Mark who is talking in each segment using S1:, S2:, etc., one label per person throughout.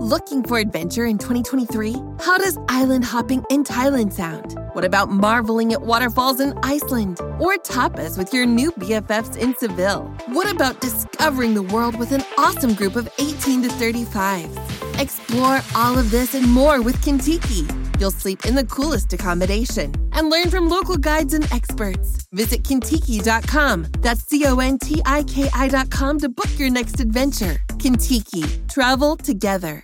S1: Looking for adventure in 2023? How does island hopping in Thailand sound? What about marveling at waterfalls in Iceland? Or tapas with your new BFFs in Seville? What about discovering the world with an awesome group of 18 to 35s? Explore all of this and more with Kintiki. You'll sleep in the coolest accommodation and learn from local guides and experts. Visit Kintiki.com. That's C O N T I K I.com to book your next adventure. Kintiki, travel together.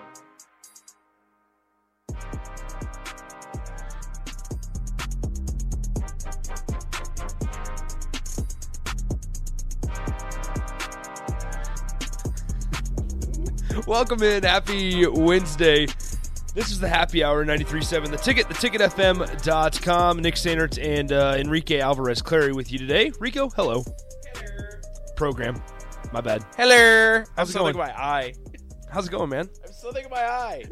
S2: Welcome in. Happy Wednesday. This is the happy hour 93.7. The ticket, theticketfm.com. Nick Sanders and uh, Enrique Alvarez Clary with you today. Rico, hello. Program. My bad.
S3: Hello.
S2: How's it
S3: I'm still
S2: going?
S3: thinking my eye.
S2: How's it going, man?
S3: I'm still thinking my eye.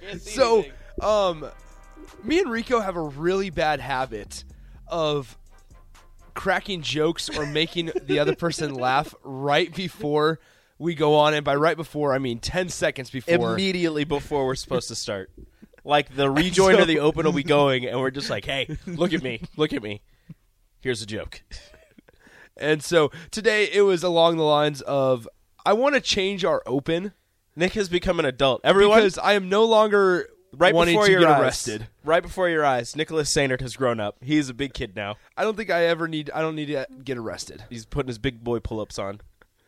S3: Can't see
S2: so
S3: anything.
S2: um me and rico have a really bad habit of cracking jokes or making the other person laugh right before we go on and by right before i mean 10 seconds before
S3: immediately before we're supposed to start. Like the rejoin
S2: So-
S3: to the open will be going, and we're just like, hey, look at me, look at me. Here's a joke.
S2: and so today it was along the lines of i want to change our open
S3: Nick has become an adult. Everyone,
S2: because i am no longer
S3: right
S2: wanting
S3: before
S2: to
S3: your
S2: get
S3: eyes,
S2: arrested
S3: right before your eyes, Nicholas Sainert has grown up. He's a big kid now.
S2: i don't think i ever need i don't need to get arrested
S3: He's putting his big boy pull-ups on.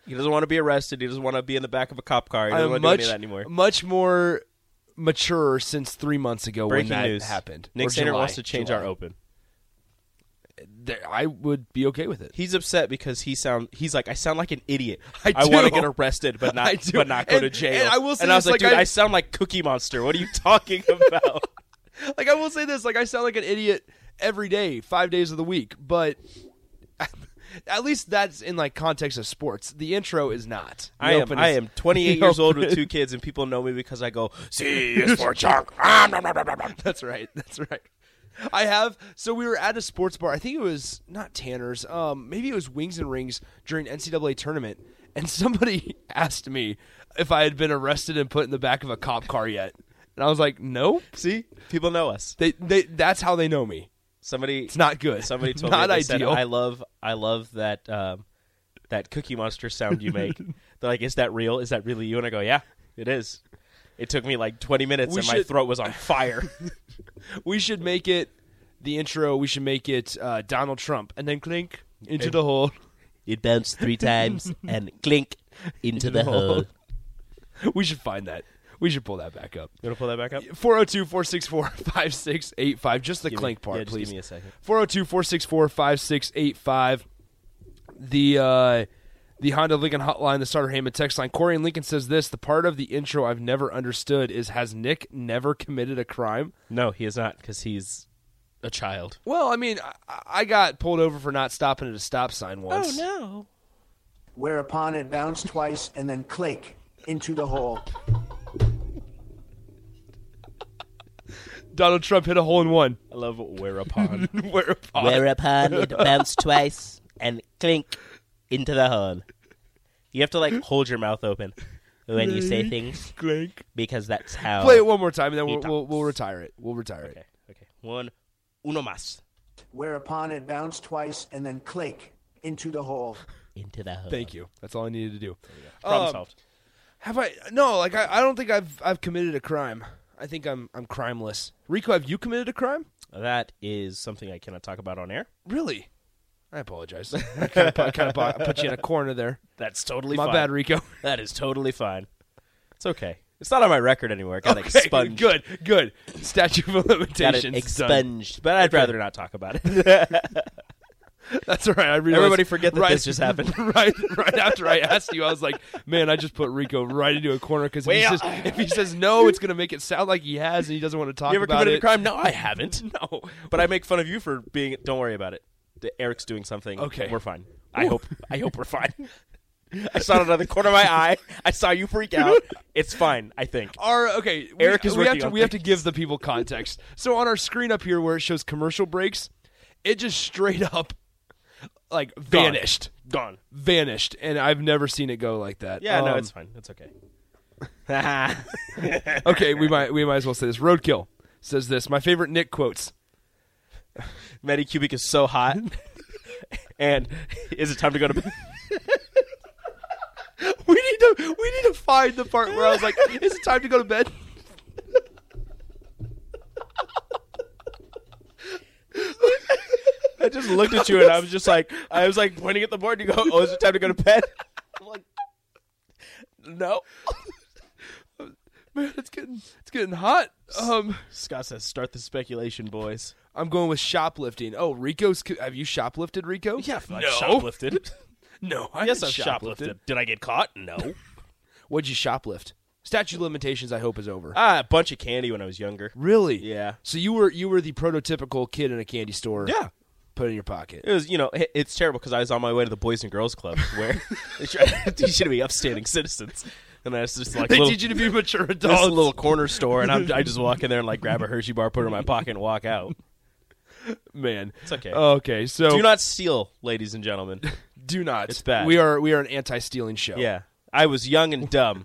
S3: He doesn't want to be arrested. He doesn't want to be in the back of a cop car. He doesn't
S2: i'm
S3: want to do
S2: much
S3: any of that anymore.
S2: much more mature since three months ago
S3: Breaking
S2: when that
S3: news
S2: happened
S3: Nick
S2: Or
S3: Sainert
S2: July,
S3: wants to change
S2: July.
S3: our open.
S2: there- I would be okay with it.
S3: He's upset because he sound he's like I sound like an idiot.
S2: I do.
S3: want to get arrested, but
S2: I
S3: not
S2: do.
S3: but not go to
S2: And-
S3: jail.
S2: and I will say
S3: and I was
S2: this,
S3: like,
S2: like,
S3: dude,
S2: I-
S3: I, sound like Cookie Monster. What are you talking about?
S2: Like I will say this, like I sound like an idiot every day, five days of the week, but at least that's in like context of sports. The intro is not. The
S3: I am
S2: open
S3: I
S2: is-
S3: am 28
S2: the
S3: years old with
S2: open-
S3: two kids, and people know me because I go
S4: C is for chunk. Ah,
S2: That's right. That's right. I have. So we were at a sports bar. I think it was not Tanner's. Um, maybe it was Wings and Rings during NCAA tournament. And somebody asked me if I had been arrested and put in the back of a cop car yet. And I was like, no.
S3: see people know us.
S2: They, they, that's how they know me.
S3: Somebody
S2: It's not good.
S3: somebody told
S2: not
S3: me they
S2: ideal.
S3: said I love I love that um, that Cookie Monster sound you make. They're like, is that real? Is that really you? And I go, yeah, it is. It took me like 20 minutes,
S2: We
S3: and my
S2: should-
S3: throat was on fire.
S2: we should make it the intro. We should make it uh, Donald Trump, and then clink into the hole.
S3: It bounced three times and clink into the hole.
S2: We should find that. We should pull that back up.
S3: You want to pull that back up?
S2: 402 464 5685. Just the
S3: me-
S2: clink part,
S3: yeah, just
S2: please.
S3: give me a second.
S2: 402 464 5685. The. Uh, the Honda Lincoln hotline, the starter Hammond text line. Corey and Lincoln says this The part of the intro I've never understood is Has Nick never committed a crime?
S3: No, he is not because he's a child.
S2: Well, I mean, I, I got pulled over for not stopping at a stop sign once.
S3: no.
S5: whereupon it bounced twice and then click into the hole.
S2: Donald Trump hit a hole in one.
S3: I love whereupon.
S2: Whereupon,
S3: whereupon it bounced twice and clink into the hole. You have to like hold your mouth open when you say things
S2: Clink.
S3: because that's how.
S2: Play it one more time, and then
S3: Oh. He
S2: we'll, we'll,
S3: talks.
S2: we'll retire it. We'll retire
S3: Okay,
S2: it.
S3: okay. One, uno más
S5: Whereupon it bounced twice and then click into the hole.
S3: into the hole.
S2: Thank you. That's all I needed to do.
S3: Problem
S2: Um,
S3: solved.
S2: Have I? No, like I, I don't think I've I've committed a crime. I think I'm I'm crimeless. Rico, have you committed a crime?
S3: That is something I cannot talk about on air.
S2: Really? I apologize. I kind of kind of I put you in a corner there.
S3: That's totally
S2: My
S3: fine.
S2: bad, Rico.
S3: That is totally fine. It's okay. It's not on my record anywhere. I got it
S2: Okay,
S3: expunged.
S2: Good, good. Statue of
S3: Got it
S2: limitations. done.
S3: expunged. But I'd rather not talk about it.
S2: That's all right. I realized,
S3: Everybody forget that
S2: right,
S3: this just happened.
S2: Right, right after I asked you, I was like, "Man, I just put Rico right into a corner because
S3: Well-
S2: if, he says- if he says no, it's going to make it sound like he has and he doesn't want to talk
S3: You ever
S2: about
S3: committed
S2: it."
S3: a crime? No, I haven't. no, but I make fun of you for being. Don't worry about it. D- Eric's doing something.
S2: Okay.
S3: we're fine. I hope. I hope we're fine. I saw it out of the corner of my eye. I saw you freak out. It's fine. I think.
S2: Our okay, we-
S3: Eric is
S2: we have
S3: working
S2: to
S3: on
S2: we have to give the people context. So on our screen up here where it shows commercial breaks, it just straight up like vanished,
S3: Gone.
S2: vanished, and I've never seen it go like that.
S3: Yeah, no,
S2: Um,
S3: it's fine. It's okay.
S2: okay. We might we might as well say this. Roadkill says this. My favorite Nick quotes.
S3: Matty Kubik is so hot. and is it time to go to bed?
S2: We need to we need to find the part where I was like, "Is it time to go to bed?"
S3: I just looked at you and I was just like, I was like pointing at the board. You go, oh, is it time to go to bed? I'm like, no.
S2: Man, it's getting it's getting hot. Um,
S3: Scott says, start the speculation, boys.
S2: I'm going with shoplifting. Oh, Rico's. co- Have you shoplifted, Rico? Yeah,
S3: I
S2: no,
S3: shoplifted.
S2: no. I
S3: yes, I've
S2: haven't
S3: shoplifted. Did I get caught? No.
S2: What'd you shoplift? Statute of limitations, I hope, is over.
S3: ah, a bunch of candy when I was younger.
S2: really?
S3: Yeah.
S2: So you were you were the prototypical kid in a candy store.
S3: Yeah.
S2: Put it in your pocket.
S3: It was, you know, it- it's terrible because I was on my way to the Boys and Girls Club where they try- teach you to be upstanding citizens. And I was just like,
S2: they
S3: little,
S2: teach you to be mature
S3: this
S2: adults.
S3: little corner store, and I'm, I just walk in there and like grab a Hershey bar, put it in my pocket, and walk out.
S2: man.
S3: It's okay.
S2: Okay. So
S3: Do not steal, ladies and gentlemen.
S2: do not.
S3: It's bad.
S2: We are we are an anti-stealing show.
S3: Yeah, I was young and dumb,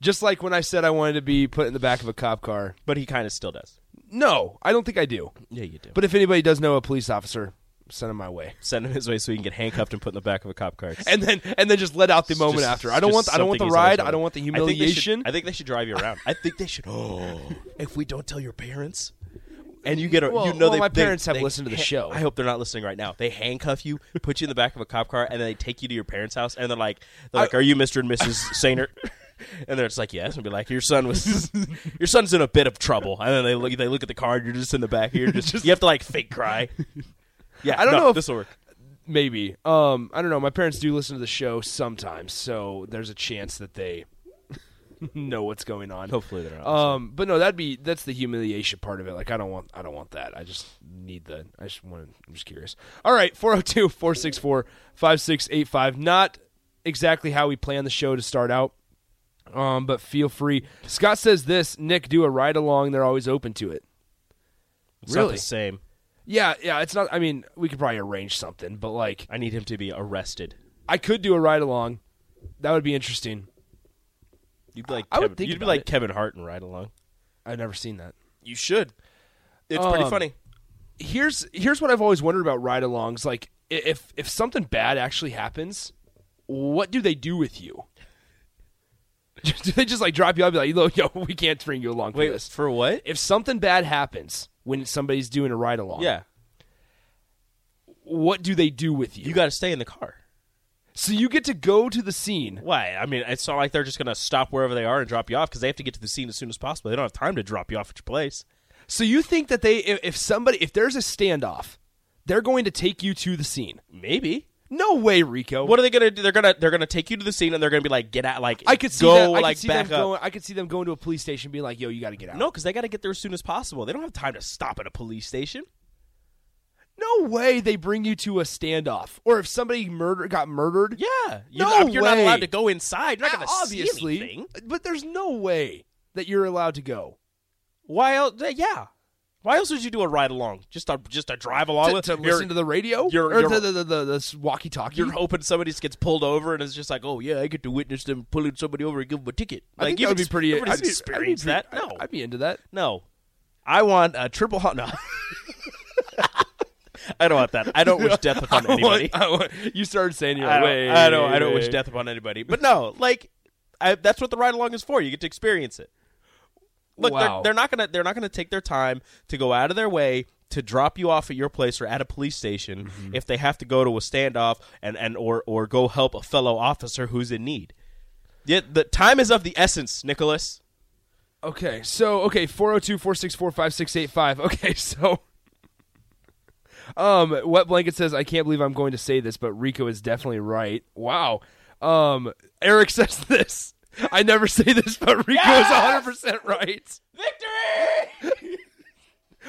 S2: Just like when I said I wanted to be put in the back of a cop car.
S3: but he kind of still does.
S2: No, I don't think I do.
S3: Yeah, you do. But
S2: But if anybody does know a police officer, send him my way.
S3: send him his way so he can get handcuffed and put in the back of a cop car. It's
S2: And then and then just let out the
S3: just-
S2: moment
S3: just
S2: after. I don't want I don't want the
S3: something he's always
S2: ride.
S3: wanted.
S2: I don't want the
S3: I think they should-
S2: humiliation.
S3: I think they should drive you around. I think they should. Oh, if we don't tell your parents. And you get a,
S2: Well-
S3: you know
S2: well,
S3: they,
S2: my
S3: they-
S2: parents have
S3: they
S2: listened to the
S3: ha-
S2: show.
S3: I hope they're not listening right now. They handcuff you, put you in the back of a cop car, and then they take you to your parents' house. And they're like, they're like, "Are you Mister and Mrs. Sainer?" And they're just like, "Yes." And be like, "Your son was, your son's in a bit of trouble." And then they look, they look at the car, and you're just in the back here. Just, you have to like fake cry. Yeah,
S2: I don't
S3: no,
S2: know if-
S3: this will work.
S2: maybe um i don't know my parents do listen to the show sometimes so there's a chance that they know what's going on
S3: Hopefully they're not.
S2: um but no that'd be that's the humiliation part of it like i don't want i don't want that i just need the i just want to i'm just curious all right 402 464 5685 not exactly how we plan the show to start out um but feel free scott says this nick do a ride along they're always open to it
S3: it's not
S2: really
S3: the same.
S2: yeah yeah it's not i mean we could probably arrange something but like
S3: I need him to be arrested.
S2: I could do a ride along. That would be interesting.
S3: You'd be like,
S2: I would
S3: Kevin,
S2: think
S3: you'd be
S2: about
S3: like
S2: it.
S3: Kevin Hart and ride along.
S2: I've never seen that.
S3: You should. It's pretty
S2: Um,
S3: funny.
S2: Here's here's what I've always wondered about ride alongs. Like i- if if something bad actually happens, what do they do with you? do they just like drop you off? and Be like, yo, yo, we can't bring you along for
S3: Wait,
S2: this.
S3: for what?
S2: If something bad happens when somebody's doing a ride along,
S3: Yeah,
S2: what do they do with you?
S3: you got to stay in the car.
S2: so you get to go to the scene.
S3: Why? I mean, it's not like they're just going to stop wherever they are and drop you off because they have to get to the scene as soon as possible. They don't have time to drop you off at your place.
S2: So you think that they, if, if somebody, if there's a standoff, they're going to take you to the scene?
S3: Maybe.
S2: No way, Rico.
S3: What are they going to do? They're going to they're going to take you to the scene and they're going to be like, get out, like
S2: I could see
S3: go,
S2: that. I
S3: like
S2: could see
S3: back
S2: them
S3: up.
S2: going. I could see them going to a police station, being like, "Yo, you got to get out."
S3: No, because they got to get there as soon as possible. They don't have time to stop at a police station.
S2: no way. They bring you to a standoff, or if somebody murder got murdered.
S3: Yeah, you,
S2: No
S3: you're not allowed
S2: way.
S3: to go inside. You're not going to
S2: obviously.
S3: see anything.
S2: But there's no way that you're allowed to go.
S3: Why else? Yeah. Why else would you do a ride along? Just a just a drive along
S2: To,
S3: with
S2: to
S3: Oh, you're-
S2: listen to the radio
S3: you're-
S2: or
S3: you're-
S2: the, the, the, the, the walkie-talkie.
S3: You're hoping somebody just gets pulled over and it's just like, oh yeah, I get to witness them pulling somebody over and give them a ticket.
S2: I
S3: Like,
S2: think
S3: you've
S2: that would be
S3: ex-
S2: pretty. I'd be-
S3: Everybody's
S2: I'd be-
S3: experienced that.
S2: I'd-
S3: No,
S2: I'd be into that.
S3: no. I want a triple hot. No. I don't want that. I don't wish death upon anybody.
S2: I want- you started saying, you're
S3: I
S2: like,
S3: don't,
S2: wait,
S3: I don't. I don't wish
S2: wait.
S3: death upon anybody. But no, like I, that's what the ride along is for. You get to experience it. Look,
S2: Wow.
S3: they're, they're not gonna. They're not gonna take their time to go out of their way to drop you off at your place or at a police station
S2: Mm-hmm.
S3: if they have to go to a standoff and and or or go help a fellow officer who's in need. Yeah, the time is of the essence, Nicholas.
S2: oh Okay, so okay, 402-464-5685. Okay, so Um, Wet Blanket says, I can't believe I'm going to say this, but Rico is definitely right. Wow. Um, Eric says this. I never say this, but Rico is 100% right. Victory!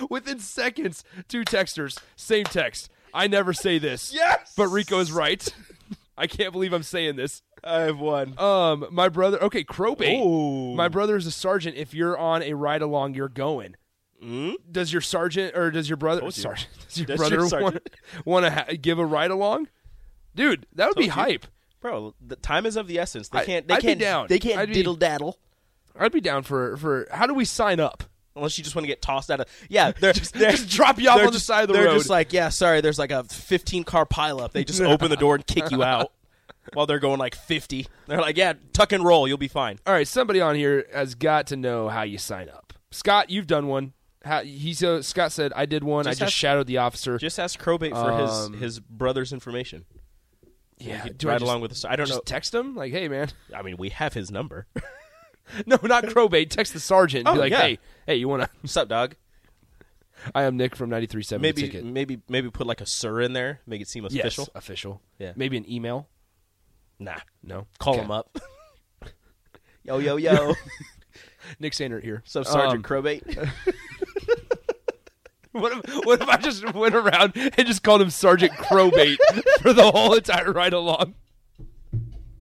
S2: Within seconds, two texters, same text. I never say this. Yes! But Rico is right. I can't believe I'm saying this.
S3: I've won.
S2: Um, my brother. Okay, Crowbait.
S3: Ooh.
S2: My brother is a sergeant. If you're on a ride along, you're going.
S3: Hmm?
S2: Does your sergeant or does your brother? sergeant. Does your
S3: Does your
S2: brother
S3: sergeant-
S2: want to ha- give a ride along? Dude, that would be hype.
S3: Bro, the time is of the essence. They
S2: I-
S3: can't. They
S2: I'd be
S3: can't.
S2: down.
S3: They can't
S2: I'd be-
S3: diddle daddle
S2: I'd be down for for. How do we sign up?
S3: unless you just want to get tossed out of. Yeah, they're, they're
S2: just drop you off
S3: they're
S2: on the
S3: just-
S2: side of the
S3: they're
S2: road.
S3: just like, yeah, sorry. There's like a 15 car pileup. They just open the door and kick you out while they're going like 50. They're like, yeah, tuck and roll. You'll be fine.
S2: All right, somebody on here has got to know how you sign up. Scott, you've done one. How, he so Scott said I did one.
S3: Just
S2: I just
S3: ask-
S2: shadowed the officer.
S3: Just ask Crowbait for
S2: Um,
S3: his his brother's information.
S2: yeah,
S3: Right along with the. I don't
S2: just
S3: know.
S2: text him like, hey man,
S3: I mean, we have his number.
S2: no, not Crowbait. Text the sergeant. and
S3: Oh,
S2: be like,
S3: yeah.
S2: hey, hey, you want to?
S3: What's up, dog?
S2: I am Nick from 93.7
S3: Maybe
S2: Ticket.
S3: maybe maybe put like a sir in there, make it seem
S2: Yes,
S3: official.
S2: official.
S3: Yeah.
S2: Maybe an email.
S3: Nah,
S2: No.
S3: call
S2: Okay.
S3: him up. yo yo yo.
S2: Nick Sandert here.
S3: So
S2: Um,
S3: Sergeant Crowbait.
S2: what, if, what if I just went around and just called him Sergeant Crowbait for the whole entire ride along?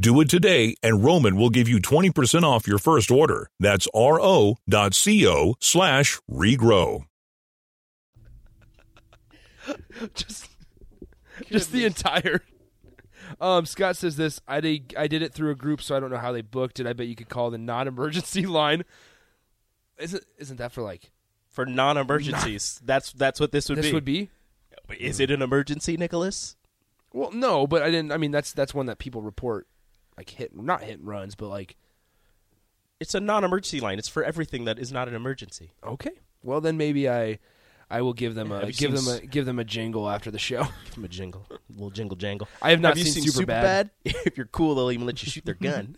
S6: Do it today, and Roman will give you 20% off your first order. That's ro.co slash regrow.
S2: Just, just the entire. Um, Scott says this. I did. I did it through a group, so I don't know how they booked it. I bet you could call the non-emergency line. Isn't isn't that for like
S3: For non emergencies. That's that's what this would
S2: this
S3: be.
S2: would be?
S3: Is it an emergency, Nicholas?
S2: Well, no, but I didn't. I mean, that's that's one that people report like hit, not hit and runs, but like
S3: It's a non emergency line. It's for everything that is not an emergency.
S2: Okay. Well, then maybe I, I will give them a
S3: Have you
S2: give them
S3: seen
S2: a give them a jingle after the show.
S3: Give them a jingle. A little jingle jangle.
S2: I have not
S3: you
S2: seen
S3: seen
S2: Superbad.
S3: Superbad? if you're cool, they'll even let you shoot their gun.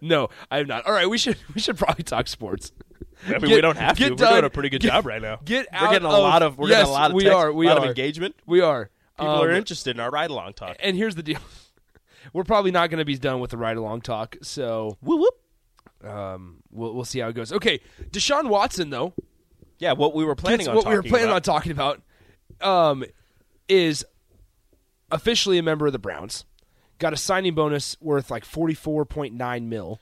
S2: no, I have not. All right, we should we should probably talk sports.
S3: I mean,
S2: Get-
S3: we don't have to.
S2: get
S3: We're
S2: done.
S3: doing a pretty good
S2: Get-
S3: job right now.
S2: get
S3: We're
S2: out
S3: getting a
S2: of-
S3: lot of. We're getting
S2: Yes,
S3: a lot of
S2: we
S3: text,
S2: are, we
S3: a lot
S2: are.
S3: of engagement.
S2: We are.
S3: People
S2: Um,
S3: are interested in our ride along talk.
S2: And here's the deal: we're probably not going to be done with the ride along talk, so
S3: Whoop whoop.
S2: um, we'll we'll see how it goes. Okay, Deshaun Watson though.
S3: Yeah, what we were planning
S2: That's
S3: on.
S2: what we were
S3: talking
S2: planning
S3: about.
S2: on talking about um, is officially a member of the Browns. Got a signing bonus worth like forty four point nine mil.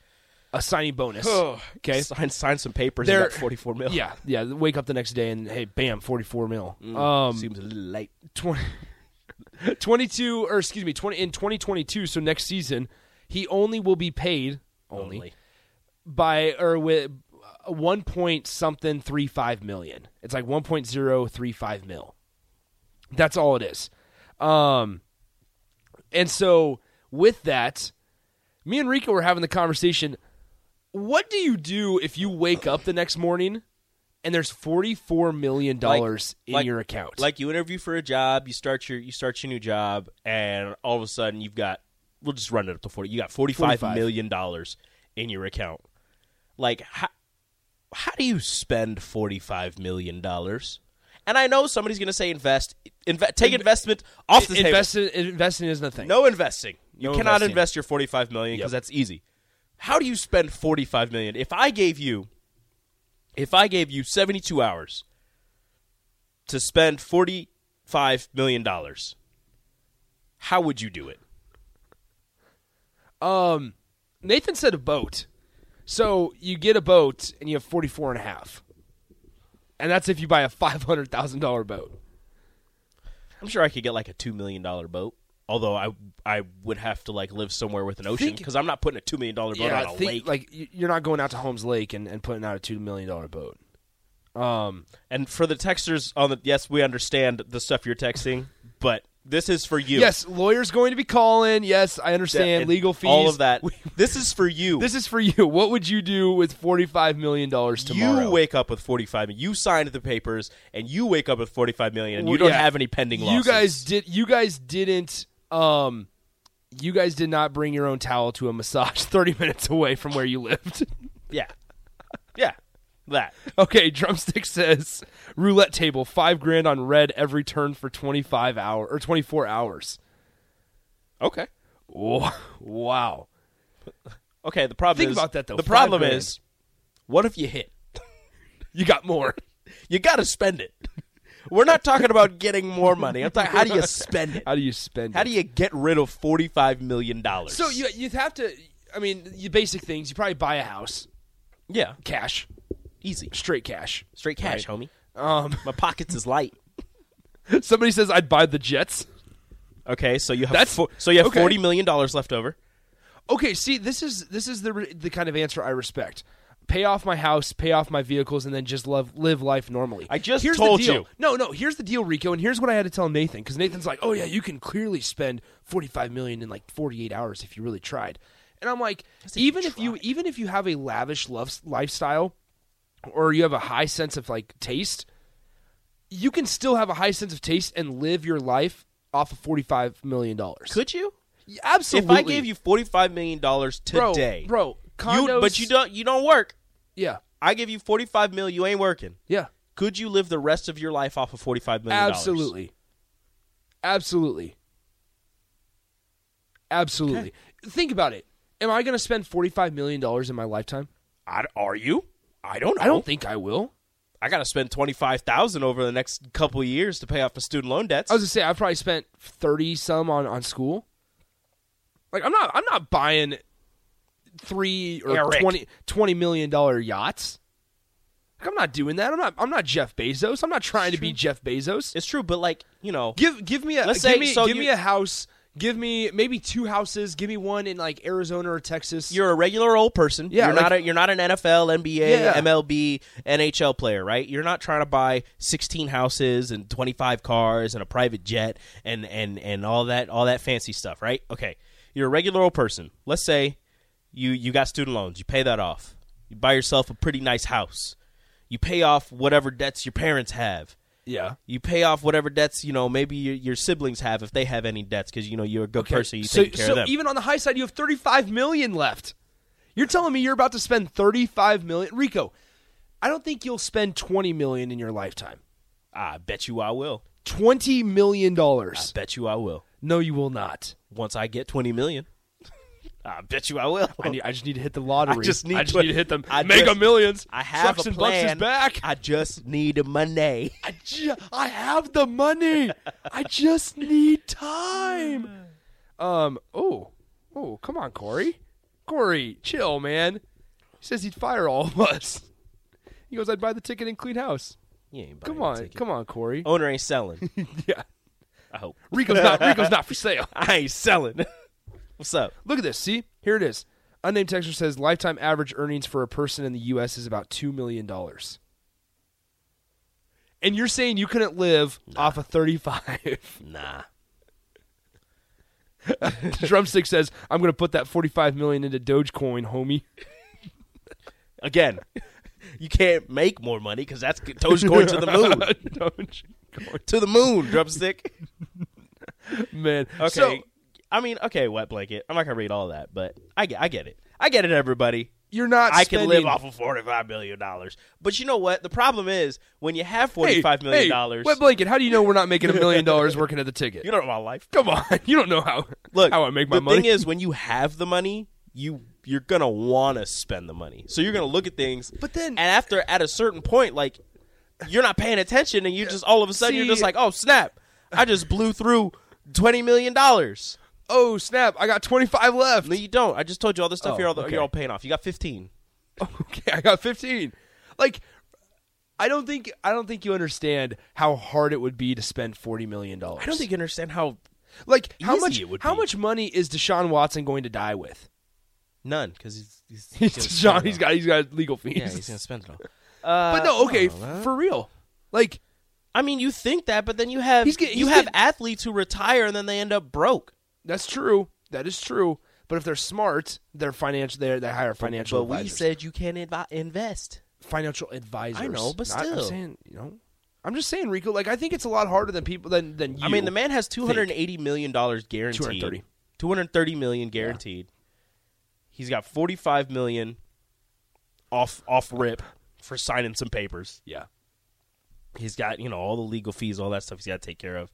S2: A signing bonus. okay.
S3: Sign, sign some papers.
S2: They're-
S3: and got 44 mil.
S2: Yeah, yeah. Wake up the next day and hey, bam, forty four mil. Um,
S3: seems a little late.
S2: 20, 22 or excuse me, twenty in twenty twenty two. So next season, he only will be paid only,
S3: Only.
S2: by or with uh, one point something three five million. It's like one point zero three five mil. That's all it is. Um, and so with that, me and Rico were having the conversation. What do you do if you wake up the next morning and there's forty four million dollars in
S3: like-
S2: your account?
S3: Like you interview for a job, you start your you start your new job, and all of a sudden you've got we'll just run it up to forty. You got forty five
S2: 45.
S3: million dollars in your account. Like how how do you spend forty five million dollars? And I know somebody's going to say invest, inve- take investment off the table.
S2: investing investing isn't a thing.
S3: No investing. You
S2: No
S3: cannot
S2: investing.
S3: invest your forty-five million because that's easy. How do you spend forty-five million? If I gave you, if I gave you seventy-two hours to spend forty-five million dollars, how would you do it?
S2: Um, Nathan said a boat. So you get a boat and you have 44 and a half. And that's if you buy a $500,000 boat.
S3: I'm sure I could get like a two million dollar boat. Although I I would have to like live somewhere with an ocean
S2: Think-
S3: because I'm not putting a two million dollar boat on a lake.
S2: like y- you're not going out to Holmes Lake and, and putting out a $2 million boat. Um,
S3: and for the texters on the yes, we understand the stuff you're texting, but this is for you.
S2: yes, lawyers going to be calling. Yes, I understand
S3: And
S2: legal fees.
S3: all of that.
S2: We-
S3: this is for you.
S2: this is for you. What would you do with $45 million tomorrow?
S3: You wake up with 45 million. You signed the papers and you wake up with 45 million and you
S2: Well,
S3: don't
S2: yeah.
S3: have any pending lawsuits.
S2: You guys did. You guys didn't. Um, you guys did not bring your own towel to a massage thirty minutes away from where you lived.
S3: Yeah. Yeah. That.
S2: okay, drumstick says roulette table five grand on red every turn for twenty five hour or twenty four hours.
S3: Okay.
S2: Wha- Wow.
S3: Okay, the problem
S2: Think
S3: is
S2: about that, though.
S3: The
S2: Five
S3: problem
S2: grand.
S3: is what if you hit?
S2: You got more.
S3: You got to spend it. We're not talking about getting more money. I'm talking how do you spend it?
S2: How do you spend?
S3: How
S2: it?
S3: do you get rid of 45 million dollars?
S2: So you you'd have to. I mean, you basic things. You probably buy a house,
S3: yeah,
S2: cash,
S3: easy.
S2: straight cash.
S3: Straight cash, homie.
S2: Um,
S3: My pockets is light.
S2: somebody says I'd buy the Jets.
S3: Okay, so you have
S2: That's-
S3: fo- so you have
S2: okay.
S3: 40 million dollars left over.
S2: Okay, see, this is this is the re- the kind of answer I respect. Pay off my house, pay off my vehicles, and then just love, live life normally.
S3: I just
S2: here's
S3: told
S2: the deal.
S3: you.
S2: No, no. Here's the deal, Rico, and here's what I had to tell Nathan because Nathan's like, "Oh yeah, you can clearly spend forty five million in like forty eight hours if you really tried." And I'm like, even if you even if you have a lavish love, lifestyle, or you have a high sense of like taste, you can still have a high sense of taste and live your life off of forty five million dollars.
S3: Could you?
S2: absolutely.
S3: If I gave you forty-five million dollars
S2: Bro,
S3: today,
S2: bro,
S3: you,
S2: condos-
S3: but you don't, you don't work.
S2: yeah,
S3: I give you forty-five mil, you ain't working.
S2: yeah.
S3: Could you live the rest of your life off of forty-five million?
S2: Absolutely. Absolutely. Absolutely. Think about it. Am I going to spend $45 million in my lifetime?
S3: I, are you? I don't. Know.
S2: I don't think I will.
S3: I got to spend twenty-five thousand over the next couple of years to pay off my student loan debts.
S2: I was going to say, I've probably spent 30 some on, on school. Like, I'm not, I'm not buying three or
S3: Eric.
S2: twenty twenty million dollar yachts. Like, I'm not doing that. I'm not, I'm not Jeff Bezos. I'm not trying to be Jeff Bezos.
S3: it's true, but like you know,
S2: Give give me a
S3: Let's
S2: give
S3: say-
S2: me
S3: so
S2: give
S3: you-
S2: me a house. Give me maybe two houses. Give me one in like Arizona or Texas.
S3: you're a regular old person.
S2: Yeah,
S3: you're
S2: like-
S3: not. A, you're not an NFL, NBA,
S2: Yeah.
S3: MLB, NHL player, right? You're not trying to buy 16 houses and 25 cars and a private jet and and and all that all that fancy stuff, right? Okay, you're a regular old person. Let's say you you got student loans, you pay that off, you buy yourself a pretty nice house, you pay off whatever debts your parents have.
S2: yeah.
S3: You pay off whatever debts you know maybe your, your siblings have if they have any debts because you know you're a good person. You
S2: so
S3: take care
S2: so
S3: of them.
S2: even on the high side, you have 35 million left. You're telling me you're about to spend 35 million, Rico? I don't think you'll spend 20 million in your lifetime.
S3: I bet you I will.
S2: 20 million
S3: I
S2: dollars?
S3: bet you I will.
S2: No, you will not.
S3: once I get 20 million. I bet you I will.
S2: I, need, Oh, I just need to hit the lottery.
S3: I just need to-
S2: to, hit them
S3: I
S2: mega
S3: just-
S2: millions.
S3: I have
S2: Trucks
S3: a
S2: and Bucks
S3: plan.
S2: is back.
S3: I just need money.
S2: I, ju- I have the money. I just need time. Um. Oh. Oh. Come on, Corey. Corey, chill, man. He says he'd fire all of us. He goes, "I'd buy the ticket and clean house."
S3: You ain't buying
S2: Come
S3: no
S2: on,
S3: ticket. Oh.
S2: come on, Corey.
S3: Owner ain't selling.
S2: Yeah.
S3: I hope.
S2: Rico's not. Rico's not for sale.
S3: I ain't selling. What's up?
S2: Look at this. See, here it is. Unnamed texter says lifetime average earnings for a person in the U.S. is about two million dollars. And you're saying you couldn't live off of thirty-five?
S3: Nah.
S2: Drumstick says, "I'm going to put that 45 million into Dogecoin, homie."
S3: Again, you can't make more money because that's Toad's going to the moon.
S2: Doge.
S3: to the moon, drumstick.
S2: Man,
S3: Okay.
S2: So
S3: I mean, okay, wet blanket. I'm not going to read all that, but I get, I get it. I get it, everybody.
S2: you're not.
S3: I can live
S2: spending-
S3: off of $45 million. But you know what? The problem is when you have $45
S2: Hey, hey,
S3: million,
S2: Wet blanket. How do you know we're not making a million dollars working at the ticket?
S3: you don't know my life.
S2: Come on, you don't know how.
S3: look
S2: how I make my
S3: the
S2: money.
S3: thing is when you have the money you you're gonna want to spend the money so you're gonna look at things
S2: But then-
S3: and after at a certain point like you're not paying attention and you just all of a sudden you're
S2: See-
S3: just like oh snap i just blew through 20 million dollars
S2: oh snap! I got 25 left.
S3: No, you don't. I just told you all this stuff.
S2: Oh,
S3: you're all
S2: okay.
S3: you're all paying off. You got 15.
S2: Okay, I got 15. Like, I don't think I don't think you understand how hard it would be to spend 40 million dollars.
S3: I don't think you understand how
S2: like how
S3: easy
S2: much
S3: it would
S2: how
S3: be.
S2: much money is Deshaun Watson going to die with?
S3: none because he's he's, gonna spend
S2: Deshaun,
S3: it
S2: he's
S3: all.
S2: got he's got legal fees.
S3: yeah he's gonna spend it all.
S2: but no,
S3: Uh,
S2: okay, f- for real. Like
S3: I mean, you think that, but then you have
S2: He's get-
S3: you
S2: he's
S3: have
S2: get-
S3: athletes who retire and then they end up broke.
S2: that's true. That is true. But if they're smart, they're financial. They they hire financial.
S3: But we
S2: advisors.
S3: said you can't inv- invest.
S2: financial advisors.
S3: I know, but
S2: Not- I'm
S3: still.
S2: saying you know, I'm just saying, Rico. Like I think it's a lot harder than people than than you.
S3: I mean, the man has two hundred and eighty million dollars guaranteed.
S2: 230.
S3: Two hundred thirty million guaranteed. He's got forty five million off off rip for signing some papers.
S2: Yeah.
S3: He's got you know all the legal fees, all that stuff he's got to take care of.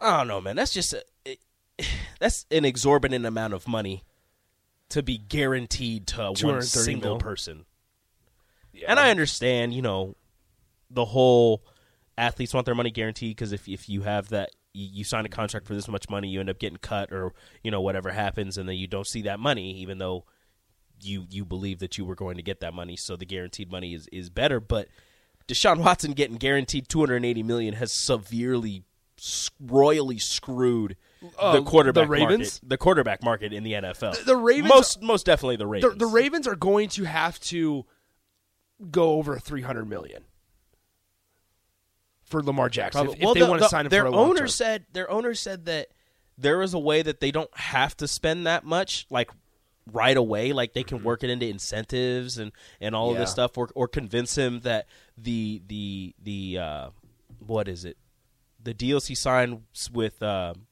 S3: I don't know, man. That's just a, it, that's an exorbitant amount of money to be guaranteed to one
S2: 230
S3: single
S2: mil.
S3: person. And I understand, you know, the whole athletes want their money guaranteed because if if you have that, you, you sign a contract for this much money, you end up getting cut or you know whatever happens, and then you don't see that money, even though you you believe that you were going to get that money. So the guaranteed money is is better, but Deshaun Watson getting guaranteed 280 million has severely s- royally screwed
S2: Uh,
S3: the quarterback
S2: the Ravens?
S3: market, the quarterback market in the NFL.
S2: The- the Ravens
S3: most most definitely the Ravens.
S2: the, the Ravens are going to have to go over 300 million for Lamar Jackson if-
S3: Probably-
S2: if, they
S3: the-
S2: want
S3: the-
S2: to sign him
S3: their
S2: for a long
S3: owner
S2: term.
S3: said their owner said that there is a way that they don't have to spend that much like right away like they can work it into incentives and and all of this
S2: Mm-hmm. Yeah.
S3: stuff or or convince him that the the the uh what is it the deals he signed with um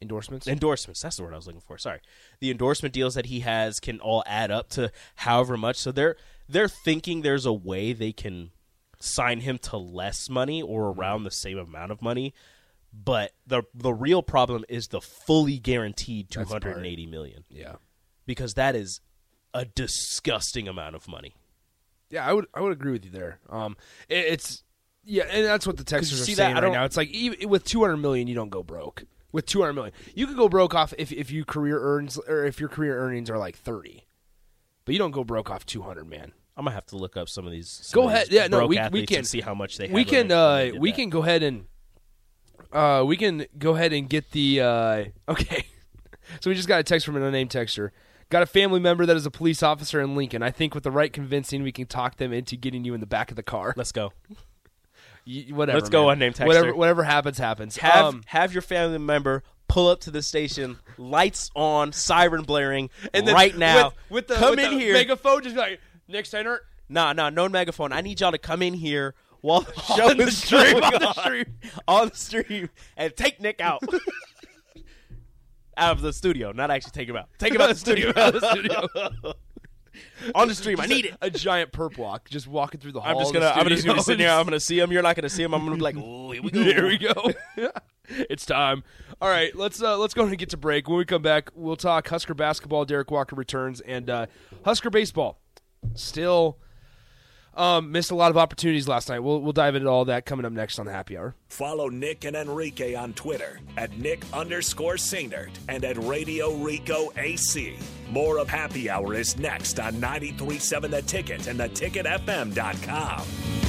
S2: endorsements.
S3: endorsements. That's the word I was looking for. Sorry. The endorsement deals that he has can all add up to however much. So they're they're thinking there's a way they can sign him to less money or
S2: Mm-hmm.
S3: around the same amount of money. But the the real problem is the fully guaranteed two
S2: That's the part.
S3: hundred and eighty million.
S2: yeah.
S3: Because that is a disgusting amount of money.
S2: Yeah, I would I would agree with you there. Um it, it's yeah, and that's what the Texans are
S3: see that?
S2: saying
S3: I
S2: right
S3: don't-
S2: now. It's like even, with 200 million you don't go broke. With 200 million. You could go broke off if if you career earns or if your career earnings are like 30. But you don't go broke off 200, man.
S3: I'm gonna have to look up some of these. some
S2: go
S3: of
S2: ahead.
S3: these
S2: Yeah, no,
S3: broke
S2: we, we
S3: athletes
S2: can
S3: and see how much they.
S2: We
S3: had when
S2: can
S3: they- when they
S2: uh,
S3: did
S2: we
S3: that.
S2: can go ahead and uh, we can go ahead and get the uh, okay. so we just got a text from an unnamed texter. Got a family member that is a police officer in Lincoln. I think with the right convincing, we can talk them into getting you in the back of the car.
S3: Let's go.
S2: Y- whatever.
S3: let's go
S2: man.
S3: unnamed texter.
S2: Whatever, whatever happens, happens.
S3: Have
S2: Um,
S3: have your family member pull up to the station, lights on, siren blaring,
S2: and
S3: and
S2: then
S3: right now,
S2: with, with the
S3: come
S2: with
S3: in
S2: the
S3: here.
S2: megaphone, just be like next enter.
S3: nah, nah, no megaphone. I need y'all to come in here while the show
S2: the
S3: is
S2: stream,
S3: going
S2: on
S3: on,
S2: the stream.
S3: on the stream, and take Nick out. Out of the studio, not actually take him out. Take him out of the studio.
S2: Out of the studio.
S3: on the stream, I need it.
S2: A giant perp walk, just walking through the hall.
S3: I'm just
S2: of the
S3: gonna, I'm just gonna
S2: studio.
S3: sit here. I'm gonna see him. You're not gonna see him. I'm gonna be like, oh, here we go.
S2: There we go. it's time. All right, let's uh, let's go ahead and get to break. When we come back, we'll talk Husker basketball. Derek Walker returns and uh, Husker baseball. Still um, missed a lot of opportunities last night. We'll we'll dive into all that coming up next on the Happy Hour.
S7: Follow Nick and Enrique on Twitter at Nick underscore Sainert and at Radio Rico AC. More of Happy Hour is next on 937 The Ticket and theticketfm.com.